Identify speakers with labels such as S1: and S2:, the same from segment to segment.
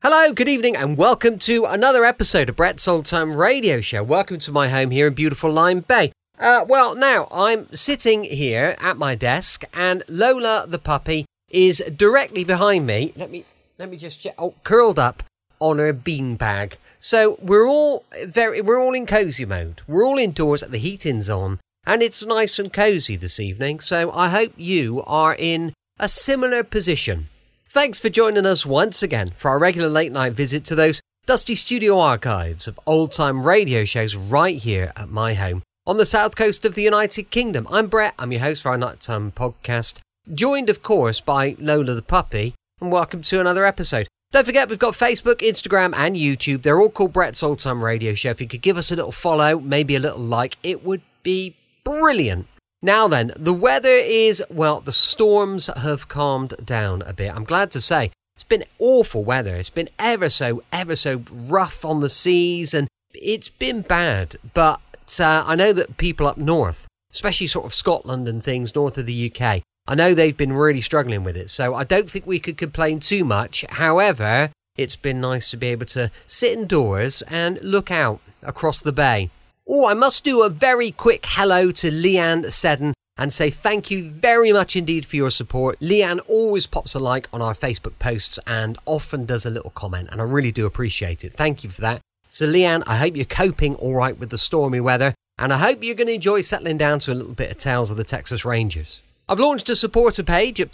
S1: Hello, good evening, and welcome to another episode of Brett's On Time Radio Show. Welcome to my home here in beautiful Lime Bay. Uh, well, now I'm sitting here at my desk, and Lola the puppy is directly behind me. Let me let me just check. Oh, curled up on her beanbag. So we're all very we're all in cozy mode. We're all indoors. The heating's on, and it's nice and cozy this evening. So I hope you are in a similar position. Thanks for joining us once again for our regular late night visit to those dusty studio archives of old time radio shows right here at my home on the south coast of the United Kingdom. I'm Brett, I'm your host for our nighttime podcast, joined of course by Lola the puppy, and welcome to another episode. Don't forget, we've got Facebook, Instagram, and YouTube. They're all called Brett's Old Time Radio Show. If you could give us a little follow, maybe a little like, it would be brilliant. Now then, the weather is, well, the storms have calmed down a bit. I'm glad to say it's been awful weather. It's been ever so, ever so rough on the seas and it's been bad. But uh, I know that people up north, especially sort of Scotland and things north of the UK, I know they've been really struggling with it. So I don't think we could complain too much. However, it's been nice to be able to sit indoors and look out across the bay. Oh, I must do a very quick hello to Leanne Seddon and say thank you very much indeed for your support. Leanne always pops a like on our Facebook posts and often does a little comment, and I really do appreciate it. Thank you for that. So, Leanne, I hope you're coping all right with the stormy weather, and I hope you're going to enjoy settling down to a little bit of Tales of the Texas Rangers. I've launched a supporter page at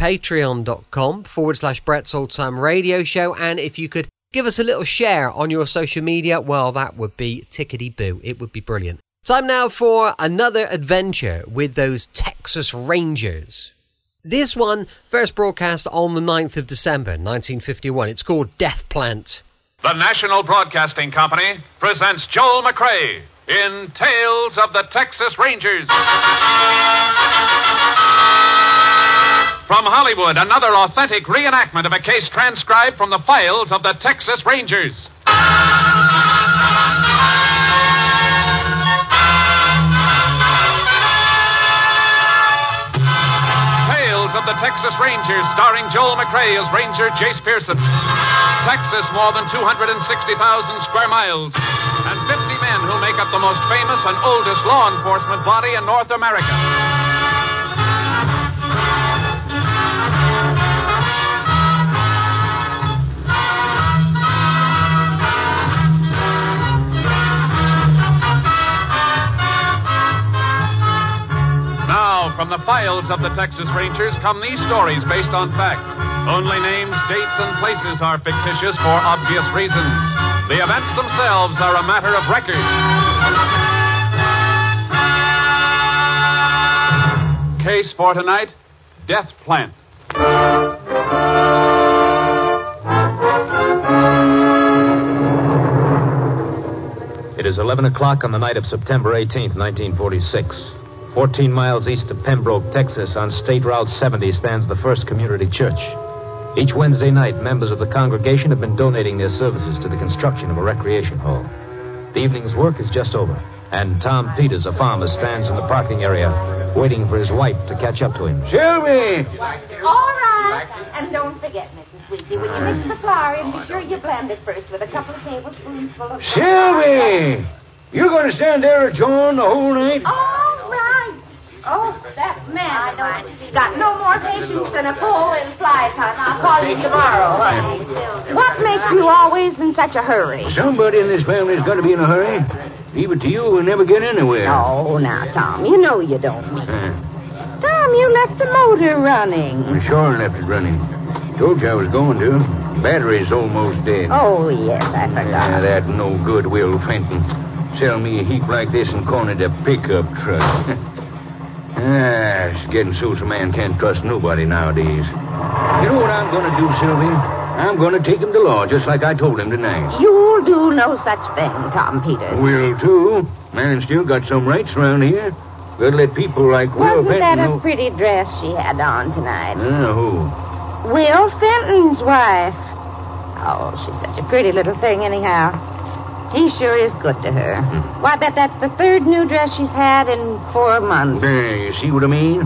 S1: patreon.com forward slash Brett's Old Time Radio Show, and if you could Give us a little share on your social media. Well, that would be tickety boo. It would be brilliant. Time now for another adventure with those Texas Rangers. This one first broadcast on the 9th of December 1951. It's called Death Plant.
S2: The National Broadcasting Company presents Joel McRae in Tales of the Texas Rangers. From Hollywood, another authentic reenactment of a case transcribed from the files of the Texas Rangers. Tales of the Texas Rangers, starring Joel McRae as Ranger Jace Pearson. Texas, more than 260,000 square miles, and 50 men who make up the most famous and oldest law enforcement body in North America. Now, from the files of the Texas Rangers come these stories based on fact. Only names, dates, and places are fictitious for obvious reasons. The events themselves are a matter of record. Case for tonight Death Plant.
S3: It is 11 o'clock on the night of September 18th, 1946. 14 miles east of Pembroke, Texas, on State Route 70 stands the First Community Church. Each Wednesday night, members of the congregation have been donating their services to the construction of a recreation hall. The evening's work is just over, and Tom Peters, a farmer, stands in the parking area waiting for his wife to catch up to him.
S2: Jimmy!
S4: All right. And don't forget, Mrs. Wheatley, when you mix the flour in, be sure you blend it first with a couple of tablespoons full of...
S5: Sylvie! You're going to stand there at John the whole night?
S4: Oh, All right. Oh, that man I don't got no more patience than a bull in fly time. I'll call you tomorrow, honey. What makes you always in such a hurry?
S5: Somebody in this family's got to be in a hurry. Leave it to you, we'll never get anywhere.
S4: Oh, now, Tom, you know you don't mean...
S5: Uh,
S4: Tom, you left the motor running.
S5: I sure left it running. Told you I was going to. Battery's almost dead.
S4: Oh, yes, I
S5: Ah, that no good Will Fenton. Sell me a heap like this and cornered a pickup truck. ah, it's getting so's a man can't trust nobody nowadays. You know what I'm going to do, Sylvie? I'm going to take him to law just like I told him tonight.
S4: You'll do no such thing, Tom Peters.
S5: Will, too. Man still got some rights around here. Gotta let people like Will
S4: Wasn't that
S5: Benton
S4: a
S5: know.
S4: pretty dress she had on tonight?
S5: Uh, who?
S4: Will Fenton's wife. Oh, she's such a pretty little thing, anyhow. He sure is good to her. Why, I bet that's the third new dress she's had in four months.
S5: There, you see what I mean?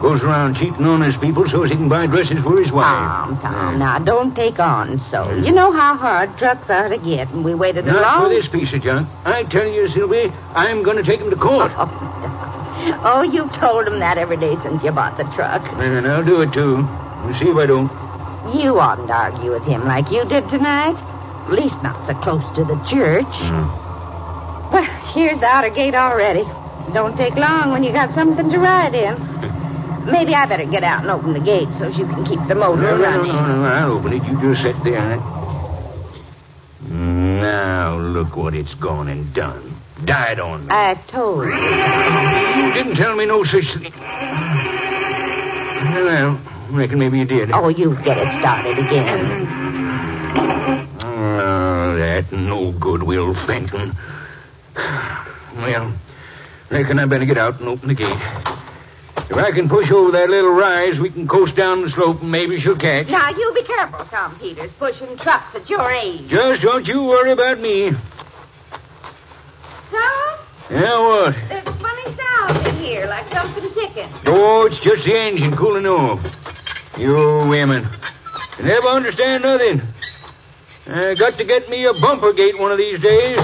S5: Goes around cheating on his people so as he can buy dresses for his wife.
S6: Tom, Tom,
S5: Yeah.
S6: now don't take on so. You know how hard trucks are to get, and we waited a
S5: Not
S6: long
S5: for this piece of junk. I tell you, Sylvie, I'm going to take him to court.
S6: Oh, oh, you've told him that every day since you bought the truck.
S5: And I'll do it, too. We'll see if I don't.
S6: You oughtn't to argue with him like you did tonight. At least not so close to the church.
S5: Hmm.
S6: Well, here's the outer gate already. Don't take long when you got something to ride in. Maybe I better get out and open the gate so you can keep the motor
S5: No, no, no,
S6: running.
S5: no, no. I'll open it. You just sit there. Now, look what it's gone and done. Died on me.
S6: I told you.
S5: You didn't tell me no such thing. Well, I reckon maybe you did.
S6: Oh, you get it started again.
S5: Oh, that no good, Will Fenton. Well, reckon I better get out and open the gate. If I can push over that little rise, we can coast down the slope and maybe she'll catch.
S6: Now, you be careful, Tom Peters, pushing trucks at your age.
S5: Just don't you worry about me.
S4: Tom,
S5: Yeah, what?
S4: there's a funny sound in here, like something ticking.
S5: Oh, it's just the engine cooling off. You women. You never understand nothing. I got to get me a bumper gate one of these days.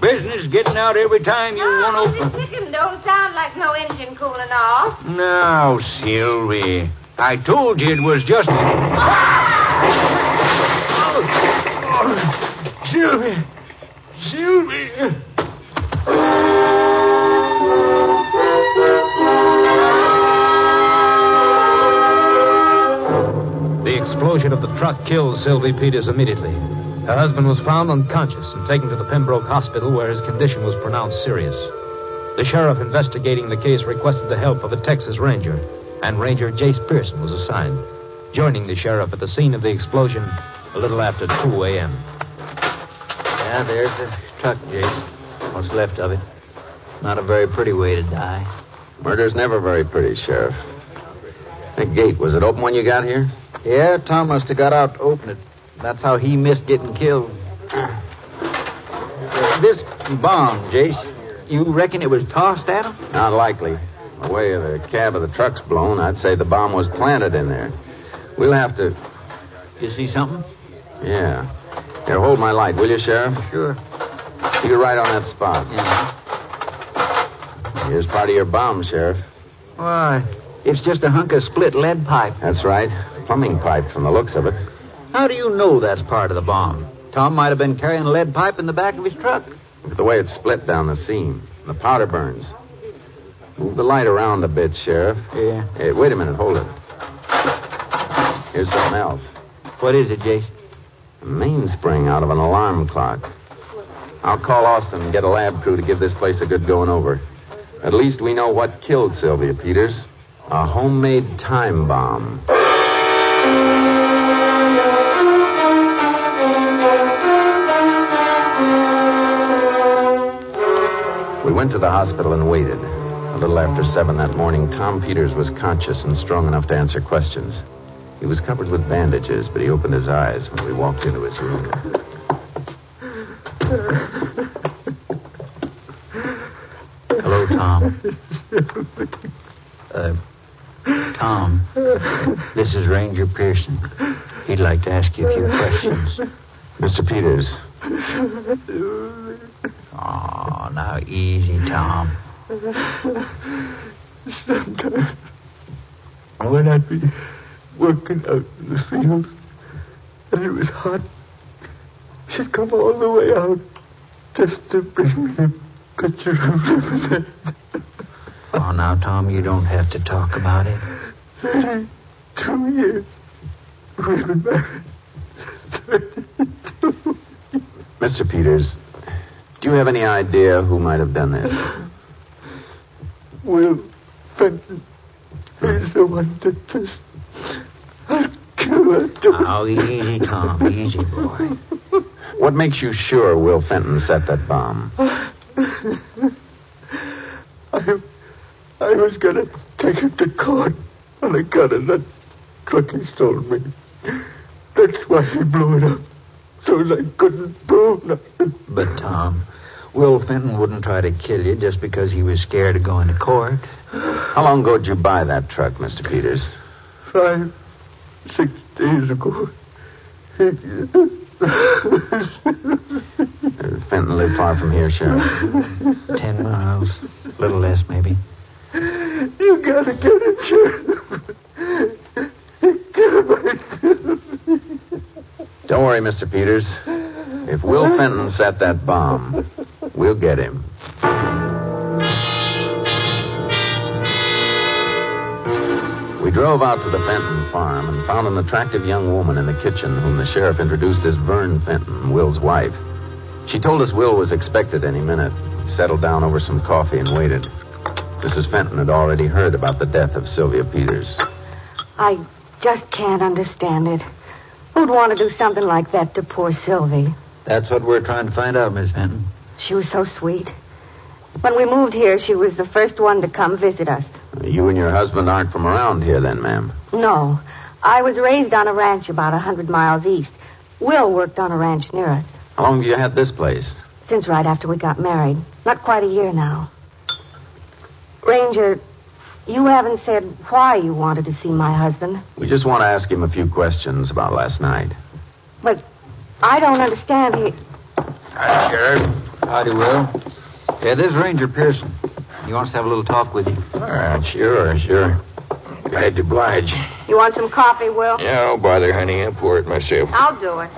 S5: Business getting out every time you
S4: no,
S5: want to
S4: the
S5: open.
S4: ticking don't sound like no engine cooling off.
S5: Now, Sylvie, I told you it was just. Oh, Sylvie! Sylvie!
S3: The explosion of the truck killed Sylvie Peters immediately. Her husband was found unconscious and taken to the Pembroke Hospital, where his condition was pronounced serious. The sheriff investigating the case requested the help of a Texas Ranger, and Ranger Jace Pearson was assigned, joining the sheriff at the scene of the explosion a little after 2 a.m.
S7: Yeah, there's the truck, Jake. What's left of it. Not a very pretty way to die.
S8: Murder's never very pretty, Sheriff. That gate, was it open when you got here?
S7: Yeah, Tom must have got out to open it. That's how he missed getting killed. This bomb, Jace, you reckon it was tossed at him?
S8: Not likely. The way the cab of the truck's blown, I'd say the bomb was planted in there. We'll have to.
S7: You see something?
S8: Yeah. Here, hold my light, will you, Sheriff?
S7: Sure.
S8: You're right on that spot.
S7: Yeah.
S8: Here's part of your bomb, Sheriff.
S7: Why? It's just a hunk of split lead pipe.
S8: That's right. Plumbing pipe from the looks of it.
S7: How do you know that's part of the bomb? Tom might have been carrying a lead pipe in the back of his truck.
S8: Look at the way it's split down the seam. The powder burns. Move the light around a bit, Sheriff.
S7: Yeah.
S8: Hey, wait a minute. Hold it. Here's something else.
S7: What is it, Jace?
S8: A mainspring out of an alarm clock. I'll call Austin and get a lab crew to give this place a good going over. At least we know what killed Sylvia Peters. A homemade time bomb. We went to the hospital and waited. A little after seven that morning, Tom Peters was conscious and strong enough to answer questions. He was covered with bandages, but he opened his eyes when we walked into his room.
S7: Hello, Tom. Uh, Tom, this is Ranger Pearson. He'd like to ask you a few questions.
S8: Mr. Peters,
S7: Oh, now easy, Tom.
S5: When I'd be working out in the fields, and it was hot, she'd come all the way out just to bring me a pitcher of lemonade.
S7: Oh, now, Tom, you don't have to talk about it.
S5: Thirty-two years we've been married. Thirty-two.
S8: Mr. Peters, do you have any idea who might have done this?
S5: Will Fenton, he's the one that did this. I'll kill her.
S7: Oh, easy, Tom. Easy, boy.
S8: What makes you sure Will Fenton set that bomb?
S5: I, I was gonna take him to court on the gun and that truck he stole me. That's why he blew it up. So I couldn't prove nothing.
S7: But, Tom, Will Fenton wouldn't try to kill you just because he was scared of going to court.
S8: How long ago did you buy that truck, Mr. Peters?
S9: Five, six days ago.
S8: Uh, Fenton lived far from here, Sheriff.
S7: Ten miles, a little less maybe.
S9: You gotta get it, Sheriff.
S8: Don't worry, Mr. Peters. If Will Fenton set that bomb, we'll get him. We drove out to the Fenton farm and found an attractive young woman in the kitchen whom the sheriff introduced as Vern Fenton, Will's wife. She told us Will was expected any minute. We settled down over some coffee and waited. Mrs. Fenton had already heard about the death of Sylvia Peters.
S6: I just can't understand it. Who'd want to do something like that to poor Sylvie?
S7: That's what we're trying to find out, Miss Fenton.
S6: She was so sweet. When we moved here, she was the first one to come visit us.
S8: You and your husband aren't from around here, then, ma'am.
S6: No, I was raised on a ranch about a hundred miles east. Will worked on a ranch near us
S8: How long have you had this place?
S6: since right after we got married. Not quite a year now. Ranger, you haven't said why you wanted to see my husband,
S8: We just want to ask him a few questions about last night.
S6: but I don't understand. He
S7: Hi, Sheriff. Howdy, Will. Yeah, this is Ranger Pearson. He wants to have a little talk with you.
S9: Uh, sure, sure. Glad to oblige.
S6: You want some coffee, Will?
S9: Yeah, don't bother, honey. I'll pour it myself.
S6: I'll do it.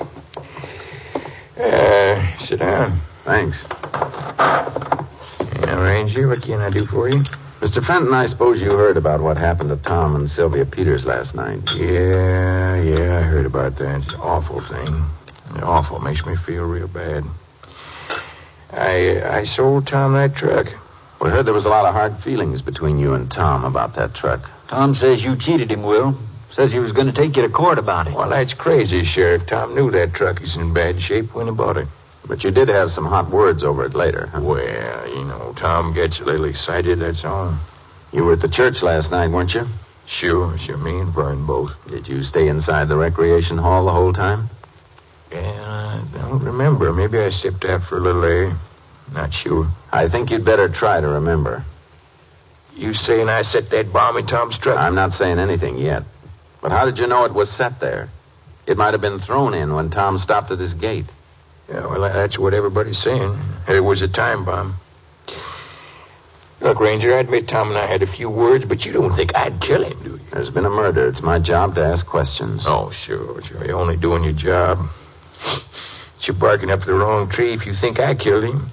S9: Uh, sit down.
S8: Thanks.
S9: Yeah, Ranger, what can I do for you?
S8: Mr. Fenton, I suppose you heard about what happened to Tom and Sylvia Peters last night.
S9: Yeah, yeah, I heard about that. It's an awful thing. It's awful. Makes me feel real bad. I I sold Tom that truck.
S8: We heard there was a lot of hard feelings between you and Tom about that truck.
S7: Tom says you cheated him, Will. Says he was going to take you to court about it.
S9: Well, that's crazy, Sheriff. Tom knew that truck is in bad shape when he bought it.
S8: But you did have some hot words over it later, huh?
S9: Well, you know, Tom gets a little excited, that's all.
S8: You were at the church last night, weren't you?
S9: Sure, sure, me and Vern both.
S8: Did you stay inside the recreation hall the whole time?
S9: Yeah, I don't remember. Maybe I stepped out for a little air. Not sure.
S8: I think you'd better try to remember.
S9: You saying I set that bomb in Tom's truck?
S8: I'm not saying anything yet. But how did you know it was set there? It might have been thrown in when Tom stopped at his gate.
S9: Yeah, well, that's what everybody's saying. It was a time bomb. Look, Ranger, I admit Tom and I had a few words, but you don't think I'd kill him, do you?
S8: There's been a murder. It's my job to ask questions.
S9: Oh, sure, sure. You're only doing your job. But You're barking up the wrong tree if you think I killed him.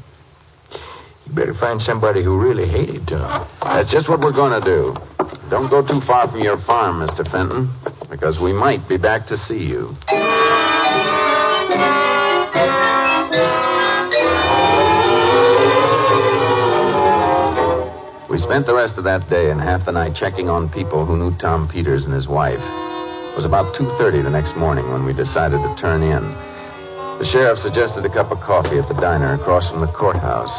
S9: You better find somebody who really hated Tom.
S8: That's just what we're going to do. Don't go too far from your farm, Mr. Fenton, because we might be back to see you. We spent the rest of that day and half the night checking on people who knew Tom Peters and his wife. It was about 2:30 the next morning when we decided to turn in. The sheriff suggested a cup of coffee at the diner across from the courthouse.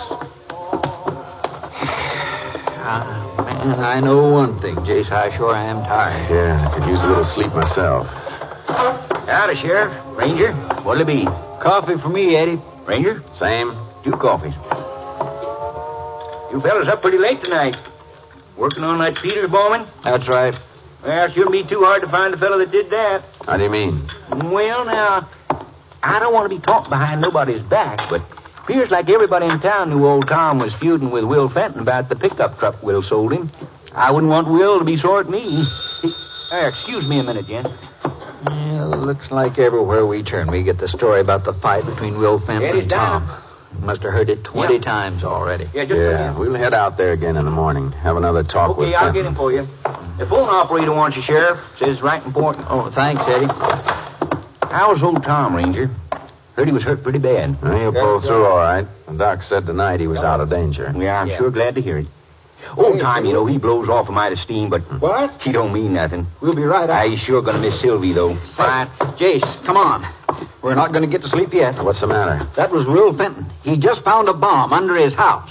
S7: Ah, man, I know one thing, Jace. I sure am tired.
S8: Yeah, I could use a little sleep myself.
S7: Howdy, Sheriff. Ranger, what'll it be? Coffee for me, Eddie. Ranger,
S8: Same?
S7: two coffees. You fellas up pretty late tonight.
S5: Working on that Peters Bowman?
S7: That's right.
S5: Well, it shouldn't be too hard to find the fellow that did that.
S8: How do you mean?
S5: Well, now, I don't want to be talked behind nobody's back, but appears like everybody in town knew old Tom was feuding with Will Fenton about the pickup truck Will sold him. I wouldn't want Will to be sore at me. There, excuse me a minute, Jen.
S7: Yeah, looks like everywhere we turn, we get the story about the fight between Will Fenton
S5: Eddie,
S7: and
S5: down.
S7: Tom. You must have heard it 20
S5: Yeah.
S7: times already.
S5: Yeah, just
S8: Yeah, we'll head out there again in the morning. Have another talk with
S5: Okay, I'll get
S8: Fenton.
S5: him for you. The phone operator wants you, Sheriff. Says right important.
S7: Oh, thanks, Eddie.
S5: How's old Tom, Ranger? Heard he was hurt pretty bad.
S8: Well, he'll pull through all right. The doc said tonight he was out of danger.
S5: Yeah, I'm sure glad to hear it. Old time, you know, he blows off a mite of steam, but
S9: What?
S5: she don't mean nothing. We'll be right out. I sure gonna miss Sylvie, though.
S7: Fine. Jace, come on. We're not going to get to sleep yet.
S8: What's the matter?
S7: That was Will Fenton. He just found a bomb under his house.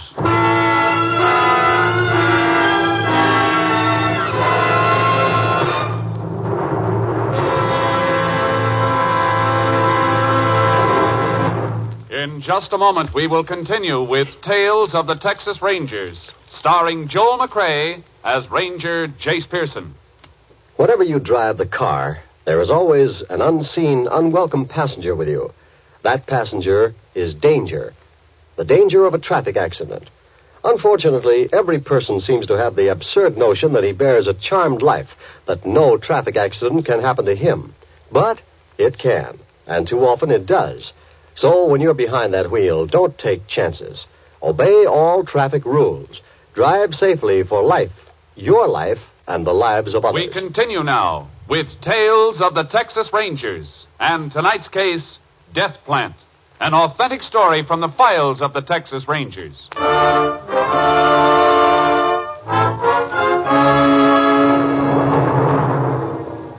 S2: In just a moment, we will continue with Tales of the Texas Rangers, starring Joel McRae as Ranger Jace Pearson.
S10: Whenever you drive the car, there is always an unseen, unwelcome passenger with you. That passenger is danger. The danger of a traffic accident. Unfortunately, every person seems to have the absurd notion that he bears a charmed life, that no traffic accident can happen to him. But it can, and too often it does. So when you're behind that wheel, don't take chances. Obey all traffic rules. Drive safely for life, your life, and the lives of others.
S2: We continue now with Tales of the Texas Rangers and tonight's case, Death Plant, an authentic story from the files of the Texas Rangers.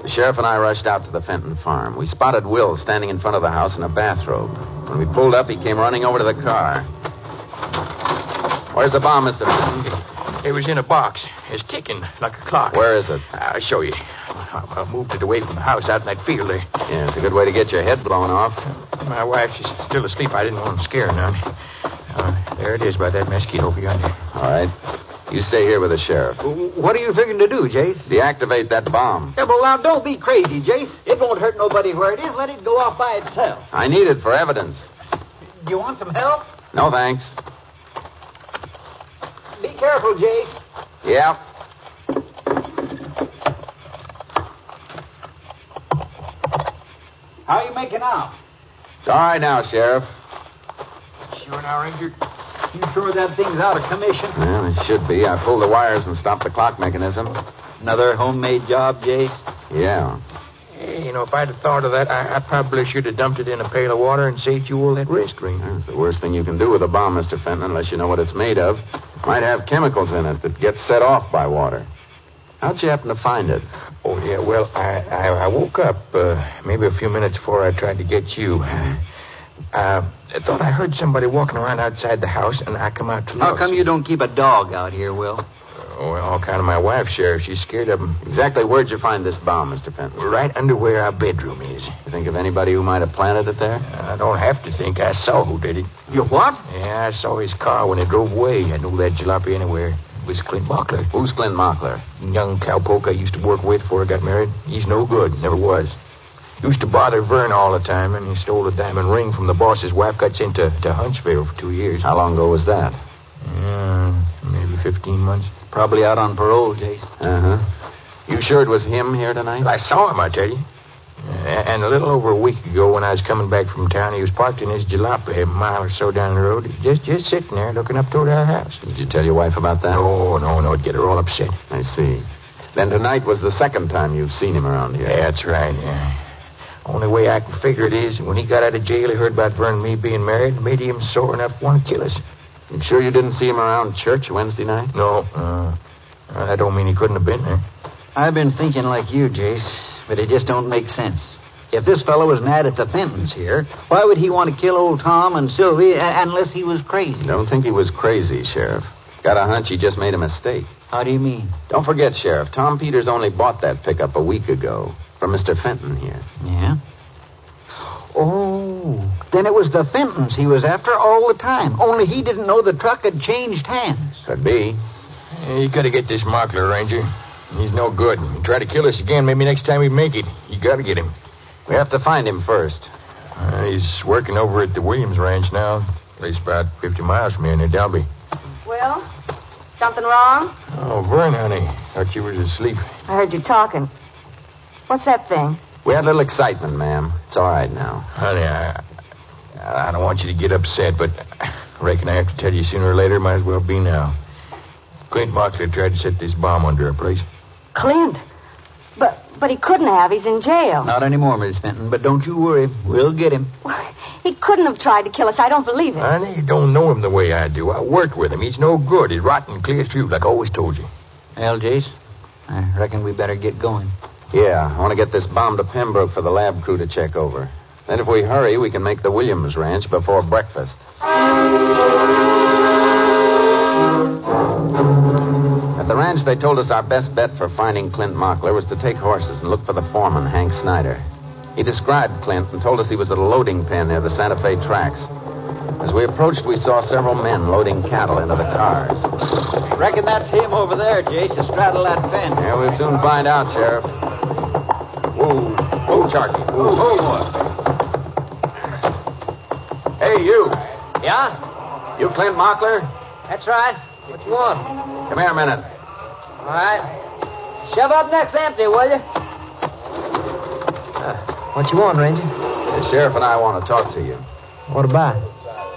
S11: The sheriff and I rushed out to the Fenton farm. We spotted Will standing in front of the house in a bathrobe. When we pulled up, he came running over to the car. Where's the bomb, Mr. Fenton?
S8: It was in a box. It's ticking like a clock.
S11: Where is it?
S8: I'll show you. I, I moved it away from the house out in that field there.
S11: Yeah, it's a good way to get your head blown off.
S8: My wife, she's still asleep. I didn't want to scare her none. Uh, there it is by that mesquite over yonder.
S11: All right. You stay here with the sheriff.
S7: What are you figuring to do, Jace?
S11: Deactivate that bomb.
S7: Yeah, well, now, don't be crazy, Jace. It won't hurt nobody where it is. Let it go off by itself.
S11: I need it for evidence.
S7: You want some help?
S11: No thanks.
S7: Be careful, Jace.
S11: Yeah.
S7: How are you making out?
S11: It's all right now, Sheriff.
S8: Sure now, Ranger.
S7: You sure that thing's out of commission?
S11: Well, it should be. I pulled the wires and stopped the clock mechanism.
S7: Another homemade job, Jace?
S11: Yeah.
S8: Hey, you know, if I'd have thought of that, I, I probably should have dumped it in a pail of water and saved you all that risk, Ranger.
S11: That's the worst thing you can do with a bomb, Mr. Fenton, unless you know what it's made of. Might have chemicals in it that get set off by water. How'd you happen to find it?
S8: Oh, yeah, well, I, I, I woke up uh, maybe a few minutes before I tried to get you. Uh, I thought I heard somebody walking around outside the house, and I come out to look.
S7: How come you don't keep a dog out here, Will?
S8: Oh, well, all kind of my wife, Sheriff. She's scared of him.
S11: Exactly where'd you find this bomb, Mr. Fenton?
S8: Right under where our bedroom is.
S11: You think of anybody who might have planted it there?
S8: I don't have to think. I saw who did it.
S7: You what?
S8: Yeah, I saw his car when it drove away. I knew that jalopy anywhere. It was Clint Mockler.
S11: Who's Clint Mockler?
S8: Young cowpoke I used to work with before I got married. He's no good. Never was. Used to bother Vern all the time, and he stole a diamond ring from the boss's wife. Got sent to, to Huntsville for two years.
S11: How long ago was that?
S5: Mm.
S8: Yeah, maybe 15 months.
S7: Probably out on parole, Jace.
S11: Uh huh. You sure it was him here tonight?
S8: Uh-huh. I saw him, I tell you. Uh, And a little over a week ago, when I was coming back from town, he was parked in his jalopy a mile or so down the road, just just sitting there looking up toward our house.
S11: Did you tell your wife about that?
S8: No, no, no, it'd get her all upset.
S11: I see. Then tonight was the second time you've seen him around here.
S8: Yeah, that's right. Yeah. Only way I can figure it is when he got out of jail, he heard about Vern and me being married, and made him sore enough to want to kill us.
S11: You sure you didn't see him around church Wednesday night?
S8: No, uh, I don't mean he couldn't have been there.
S7: I've been thinking like you, Jace, but it just don't make sense. If this fellow was mad at the Fentons here, why would he want to kill old Tom and Sylvie uh, unless he was crazy?
S11: Don't think he was crazy, Sheriff. Got a hunch he just made a mistake.
S7: How do you mean?
S11: Don't forget, Sheriff, Tom Peters only bought that pickup a week ago from Mr. Fenton here.
S7: Yeah. Oh, then it was the Fentons he was after all the time. Only he didn't know the truck had changed hands.
S11: Could be.
S8: Hey, you gotta get this Mockler, Ranger. He's no good. He tried to kill us again. Maybe next time we make it. You gotta get him.
S11: We have to find him first.
S8: Uh, he's working over at the Williams Ranch now. At least about 50 miles from here near Delby.
S12: Will, something wrong?
S8: Oh, Vern, honey. Thought you was asleep.
S6: I heard you talking. What's that thing?
S11: We had a little excitement, ma'am. It's all right now.
S8: Honey, I, I don't want you to get upset, but I reckon I have to tell you sooner or later. Might as well be now. Clint Moxley tried to set this bomb under our place.
S6: Clint. But but he couldn't have. He's in jail.
S7: Not anymore, Miss Fenton, but don't you worry. We'll get him.
S6: He couldn't have tried to kill us. I don't believe it.
S8: Honey, you don't know him the way I do. I worked with him. He's no good. He's rotten clear through, like I always told you.
S7: Well, Jace, I reckon we better get going.
S11: Yeah, I want to get this bomb to Pembroke for the lab crew to check over. Then if we hurry, we can make the Williams Ranch before breakfast. At the ranch, they told us our best bet for finding Clint Mockler was to take horses and look for the foreman, Hank Snyder. He described Clint and told us he was at a loading pen near the Santa Fe tracks.
S8: As we approached, we saw several men loading cattle into the cars.
S13: Reckon that's him over there, Jase, astraddle that fence.
S8: Yeah, we'll soon find out, Sheriff. Whoa, whoa, Charky. Whoa, Hey, you.
S13: Yeah?
S8: You Clint Mockler?
S13: That's right. What you want?
S8: Come here a minute.
S13: All right. Shove up next empty, will you?
S8: What you want, Ranger? The sheriff and I want to talk to you.
S7: What about?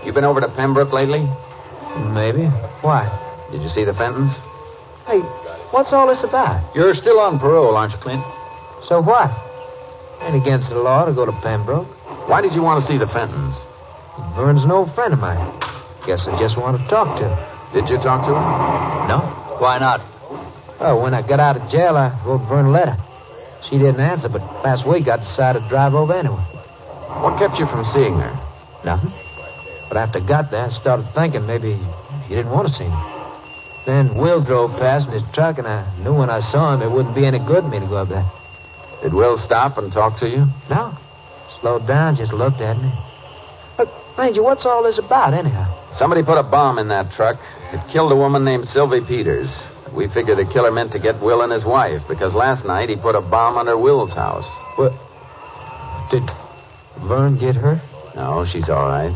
S8: You been over to Pembroke lately?
S7: Maybe. Why?
S8: Did you see the Fentons?
S7: Hey, what's all this about?
S8: You're still on parole, aren't you, Clint?
S7: So what? Ain't against the law to go to Pembroke.
S8: Why did you want to see the Fentons?
S7: Vern's an old friend of mine. Guess I just wanted to talk to him.
S8: Did you talk to him?
S7: No? Why not? Well, when I got out of jail, I wrote Vern a letter. She didn't answer, but last week I decided to drive over anyway.
S8: What kept you from seeing her?
S7: Nothing. But after I got there, I started thinking maybe you didn't want to see me. Then Will drove past in his truck, and I knew when I saw him it wouldn't be any good to me to go up there.
S8: Did Will stop and talk to you?
S7: No. Slowed down, just looked at me. Look, Ranger, what's all this about, anyhow?
S8: Somebody put a bomb in that truck. It killed a woman named Sylvie Peters. We figure the killer meant to get Will and his wife because last night he put a bomb under Will's house.
S7: What? Did Vern get hurt?
S8: No, she's all right.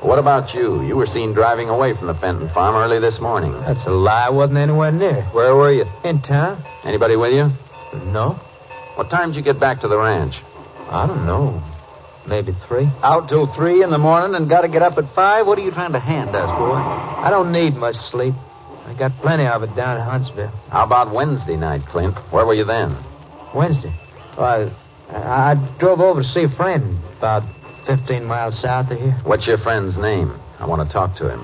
S8: What about you? You were seen driving away from the Fenton farm early this morning.
S7: That's a lie. I wasn't anywhere near.
S8: Where were you?
S7: In town?
S8: Anybody with you?
S7: No.
S8: What time did you get back to the ranch?
S7: I don't know. Maybe three.
S13: Out till three in the morning and got to get up at five? What are you trying to hand us, boy?
S7: I don't need much sleep. I got plenty of it down at Huntsville.
S8: How about Wednesday night, Clint? Where were you then?
S7: Wednesday. Well, I, I I drove over to see a friend about 15 miles south of here.
S8: What's your friend's name? I want to talk to him.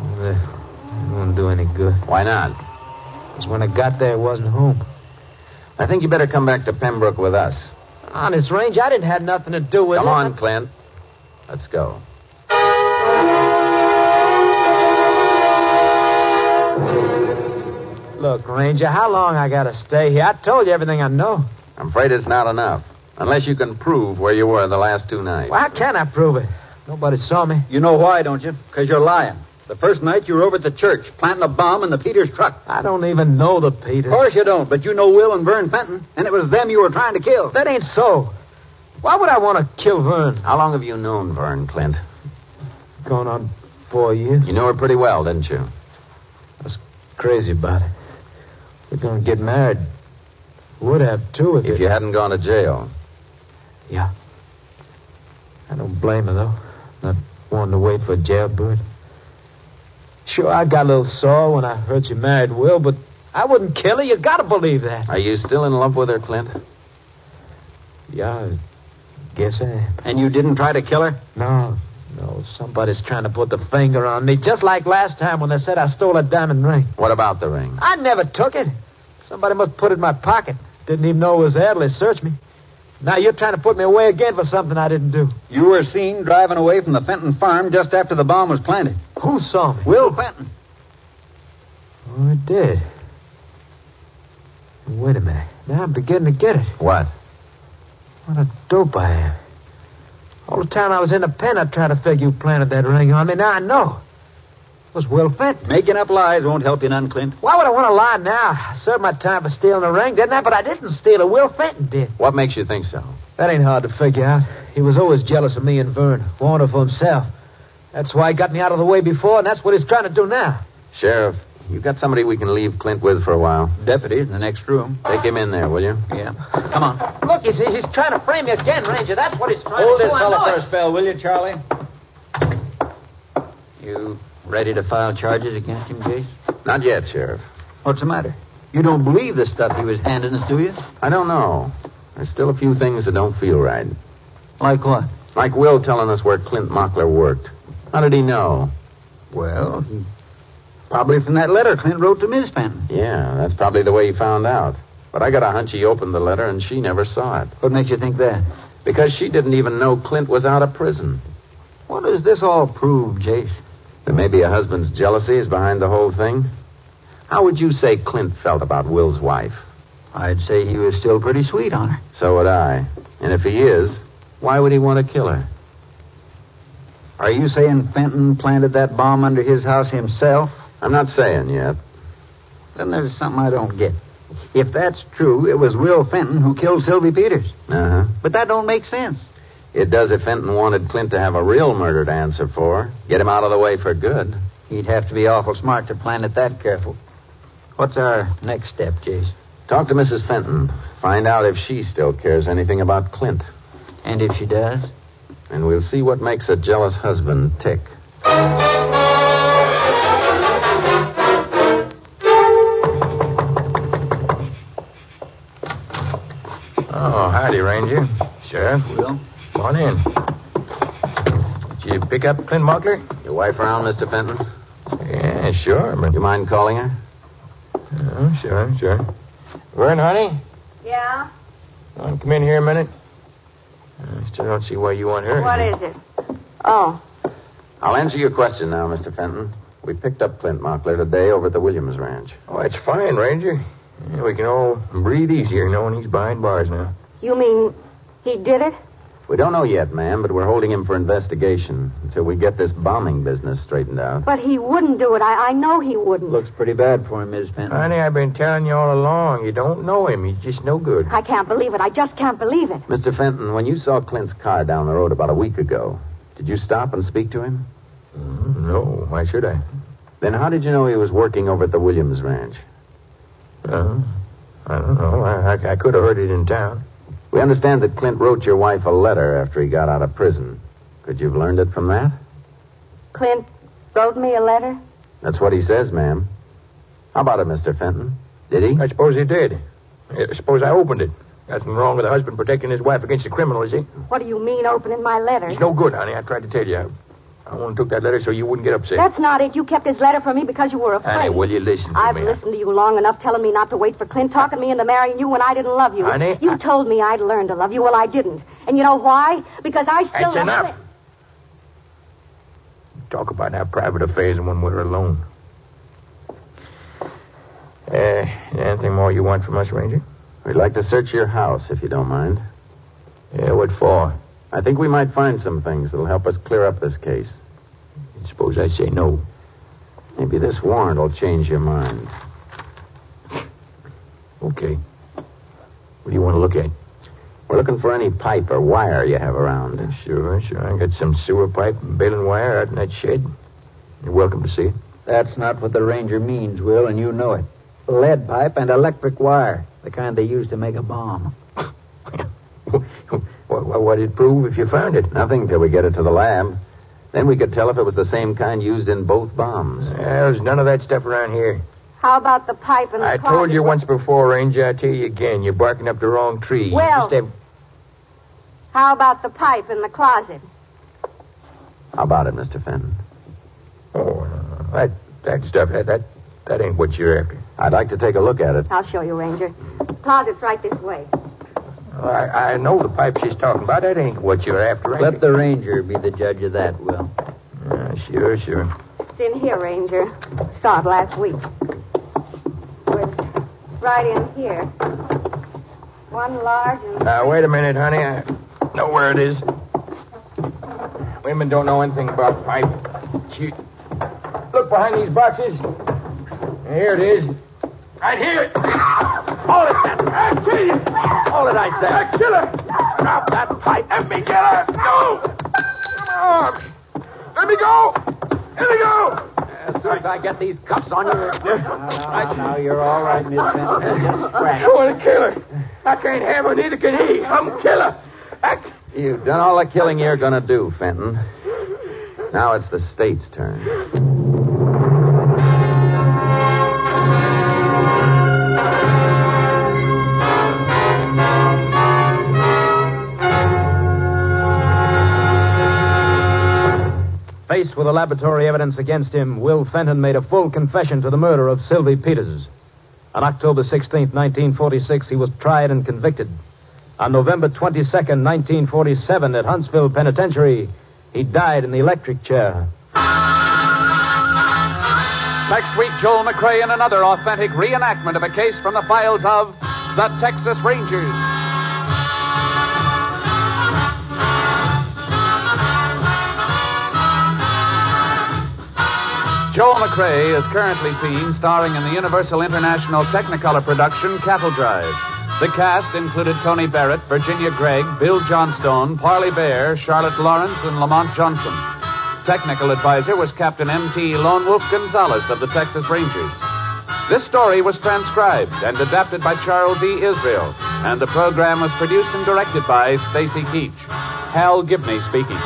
S7: Uh, it won't do any good.
S8: Why not?
S7: 'Cause when I got there, it wasn't home.
S8: I think you better come back to Pembroke with us.
S7: Honest, Range, I didn't have nothing to do with
S8: Come
S7: it.
S8: on, Clint. Let's go.
S7: Look, Ranger, how long I gotta stay here? I told you everything I know.
S8: I'm afraid it's not enough. Unless you can prove where you were the last two nights.
S7: Well, how can I prove it? Nobody saw me.
S13: You know why, don't you? Because you're lying. The first night you were over at the church, planting a bomb in the Peters truck.
S7: I don't even know the
S13: Of
S7: Peters.
S13: course you don't, but you know Will and Vern Fenton, and it was them you were trying to kill.
S7: That ain't so. Why would I want to kill Vern?
S8: How long have you known Vern, Clint?
S7: Going on four years.
S8: You knew her pretty well, didn't you?
S7: Crazy about it. We're gonna get married. Would have too if,
S8: If
S7: it-
S8: you hadn't gone to jail.
S7: Yeah. I don't blame her though, not wanting to wait for a jailbird. Sure, I got a little sore when I heard you married Will, but I wouldn't kill her. You gotta believe that.
S8: Are you still in love with her, Clint?
S7: Yeah, I guess I am.
S13: And you didn't try to kill her?
S7: No, no, somebody's trying to put the finger on me, just like last time when they said I stole a diamond ring.
S8: What about the ring?
S7: I never took it. Somebody must put it in my pocket. Didn't even know it was there till they searched me. Now you're trying to put me away again for something I didn't do.
S13: You were seen driving away from the Fenton farm just after the bomb was planted.
S7: Who saw me?
S13: Will Fenton.
S7: Oh, it did. Wait a minute. Now I'm beginning to get it.
S8: What?
S7: What a dope I am. All the time I was in the pen, I tried to figure you planted that ring on me. Now I know. It was Will Fenton.
S13: Making up lies won't help you none, Clint.
S7: Why would I want to lie now? I served my time for stealing the ring, didn't I? But I didn't steal it. Will Fenton did.
S8: What makes you think so?
S7: That ain't hard to figure out. He was always jealous of me and Vern. Wanted for himself. That's why he got me out of the way before, and that's what he's trying to do now.
S8: Sheriff, you got somebody we can leave Clint with for a while.
S13: Deputy's in the next room.
S8: Take him in there, will you?
S13: Yeah. Come on.
S7: Look, he's, he's trying to frame me again, Ranger. That's what he's trying
S13: Hold
S7: to
S13: this
S7: do. I know
S13: fellow
S7: it.
S13: for a spell, will you, Charlie? You ready to file charges against him, Jase?
S8: Not yet, Sheriff.
S13: What's the matter? You don't believe the stuff he was handing us, do you?
S8: I don't know. There's still a few things that don't feel right.
S13: Like what?
S8: Like Will telling us where Clint Mockler worked. How did he know?
S13: Well, he probably from that letter Clint wrote to Miss Fenton.
S8: Yeah, that's probably the way he found out. But I got a hunch he opened the letter and she never saw it.
S13: What makes you think that?
S8: Because she didn't even know Clint was out of prison.
S13: What does this all prove, Jase?
S8: Then maybe a husband's jealousy is behind the whole thing. How would you say Clint felt about Will's wife?
S13: I'd say he was still pretty sweet on her.
S8: So would I. And if he is, why would he want to kill her?
S7: Are you saying Fenton planted that bomb under his house himself?
S14: I'm not saying yet.
S7: Then there's something I don't get. If that's true, it was Will Fenton who killed Sylvie Peters.
S8: uh-huh.
S14: Uh huh.
S7: But that don't make sense.
S14: It does if Fenton wanted Clint to have a real murder to answer for. Get him out of the way for good.
S7: He'd have to be awful smart to plan it that careful. What's our next step, Jase?
S14: Talk to Mrs. Fenton. Find out if she still cares anything about Clint.
S7: And if she does?
S14: And we'll see what makes a jealous husband tick.
S8: Oh, howdy, Ranger. Sheriff.
S7: Will.
S8: Come on in. Did you pick up Clint Mockler?
S14: Your wife around, Mr. Fenton?
S8: Yeah, sure. But...
S14: You mind calling her?
S8: Oh, sure, sure. Vern, honey,
S6: Yeah?
S8: want to come in here a minute? I still don't see why you want her.
S6: What is it? Oh,
S14: I'll answer your question now, Mr. Fenton. We picked up Clint Mockler today over at the Williams Ranch.
S8: Oh, that's fine, Ranger. Yeah, we can all breathe easier knowing he's behind bars now.
S6: you mean he did it?
S14: We don't know yet, ma'am, but we're holding him for investigation until we get this bombing business straightened out.
S6: But he wouldn't do it. I, I know he wouldn't.
S7: Looks pretty bad for him, Miss Fenton.
S8: Honey, I've been telling you all along. You don't know him. He's just no good.
S6: I can't believe it. I just can't believe it.
S14: Mr. Fenton, when you saw Clint's car down the road about a week ago, did you stop and speak to him?
S8: Mm, No, why should I?
S14: Then how did you know he was working over at the Williams Ranch?
S8: Uh, I don't know. I, I, I could have heard it in town.
S14: We understand that Clint wrote your wife a letter after he got out of prison. Could you have learned it from that?
S6: Clint wrote me a letter.
S14: That's what he says, ma'am. How about it, Mr. Fenton? Did he?
S8: I suppose he did. I suppose I opened it. Nothing wrong with a husband protecting his wife against a criminal, is he?
S6: What do you mean opening my letter?
S8: It's no good, honey. I tried to tell you. I, I only took that letter so you wouldn't get upset.
S6: That's not it. You kept his letter from me because you were afraid.
S8: Honey, will you listen to
S6: I've
S8: me?
S6: listened to you long enough telling me not to wait for Clint, talking me into marrying you when I didn't love you.
S8: Honey,
S6: you
S8: I-
S6: told me I'd learn to love you. Well, I didn't. And you know why? Because I still
S8: That's
S6: love
S8: enough.
S6: Clint.
S8: Talk about our private affairs when we're alone. Uh, anything more you want from us, Ranger?
S14: We'd like to search your house, if you don't mind.
S8: Yeah, what for?
S14: I think we might find some things that'll help us clear up this case.
S8: Suppose I say no.
S14: Maybe this warrant will change your mind.
S8: Okay. What do you want to look at?
S14: We're looking for any pipe or wire you have around.
S8: Sure, sure. I got some sewer pipe and baling wire out in that shed. You're welcome to see it.
S7: That's not what the ranger means, Will, and you know it. Lead pipe and electric wire, the kind they use to make a bomb.
S8: what, what, what'd it prove if you found it?
S14: Nothing till we get it to the lab. Then we could tell if it was the same kind used in both bombs.
S8: There's none of that stuff around here.
S6: How about the pipe and the
S8: I
S6: closet?
S8: told you once before, Ranger. I tell you again, you're barking up the wrong tree. You
S6: Well-
S8: just have-
S6: How about the pipe in the closet?
S14: How about it, Mr. Fenton?
S8: Oh, no, no. that that stuff that, that that ain't what you're after.
S14: I'd like to take a look at it.
S6: I'll show you, Ranger. Closet's right this way.
S8: I, I know the pipe she's talking about. That ain't what you're after. ain't
S7: Let
S8: it?
S7: the ranger be the judge of that, Will.
S8: Uh, sure, sure.
S6: It's in here, Ranger. Saw it last week. Was right in here. One large and
S8: Now wait a minute, honey. I know where it is. Women don't know anything about pipe. She... Look behind these boxes. Here it is. Right here. Hold it, that. I'll kill you. Hold it, I said. I kill her. Drop that pipe and me get her. Go. Come on. Let me go. Let me go.
S14: Uh,
S8: As soon as I get these cuffs on you.
S7: Now, now, you're all right, Miss Fenton. Just
S8: I
S7: scratch.
S8: want to kill her. I can't have her, neither can he. I'm killer. I c-
S14: You've done all the killing you're going to do, Fenton. Now it's the state's turn.
S3: Faced with the laboratory evidence against him, Will Fenton made a full confession to the murder of Sylvie Peters. On October 16, 1946, he was tried and convicted. On November 22, 1947, at Huntsville Penitentiary, he died in the electric chair.
S2: Next week, Joel McRae in another authentic reenactment of a case from the files of the Texas Rangers. Joel McRae is currently seen starring in the Universal International Technicolor production Cattle Drive. The cast included Tony Barrett, Virginia Gregg, Bill Johnstone, Parley Bear, Charlotte Lawrence, and Lamont Johnson. Technical advisor was Captain M.T. Lone Wolf Gonzalez of the Texas Rangers. This story was transcribed and adapted by Charles E. Israel, and the program was produced and directed by Stacy Keach. Hal Gibney speaking.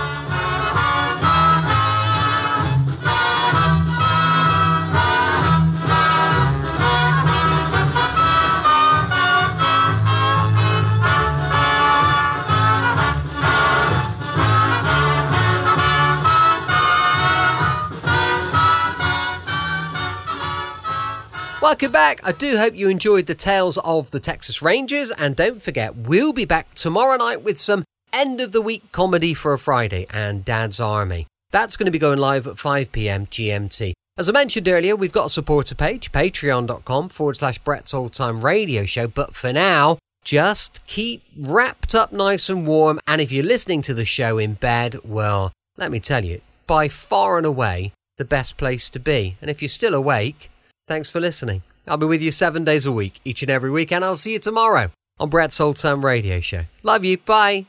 S1: Welcome back. I do hope you enjoyed the tales of the Texas Rangers, and don't forget, we'll be back tomorrow night with some end of the week comedy for a Friday and Dad's Army. That's going to be going live at 5 p.m. GMT. As I mentioned earlier, we've got a supporter page, patreon.com forward slash Brett's Old Time Radio Show. But for now, just keep wrapped up nice and warm. And if you're listening to the show in bed, well, let me tell you, by far and away, the best place to be. And if you're still awake, Thanks for listening. I'll be with you seven days a week, each and every week, and I'll see you tomorrow on Brett's Old Time Radio Show. Love you. Bye.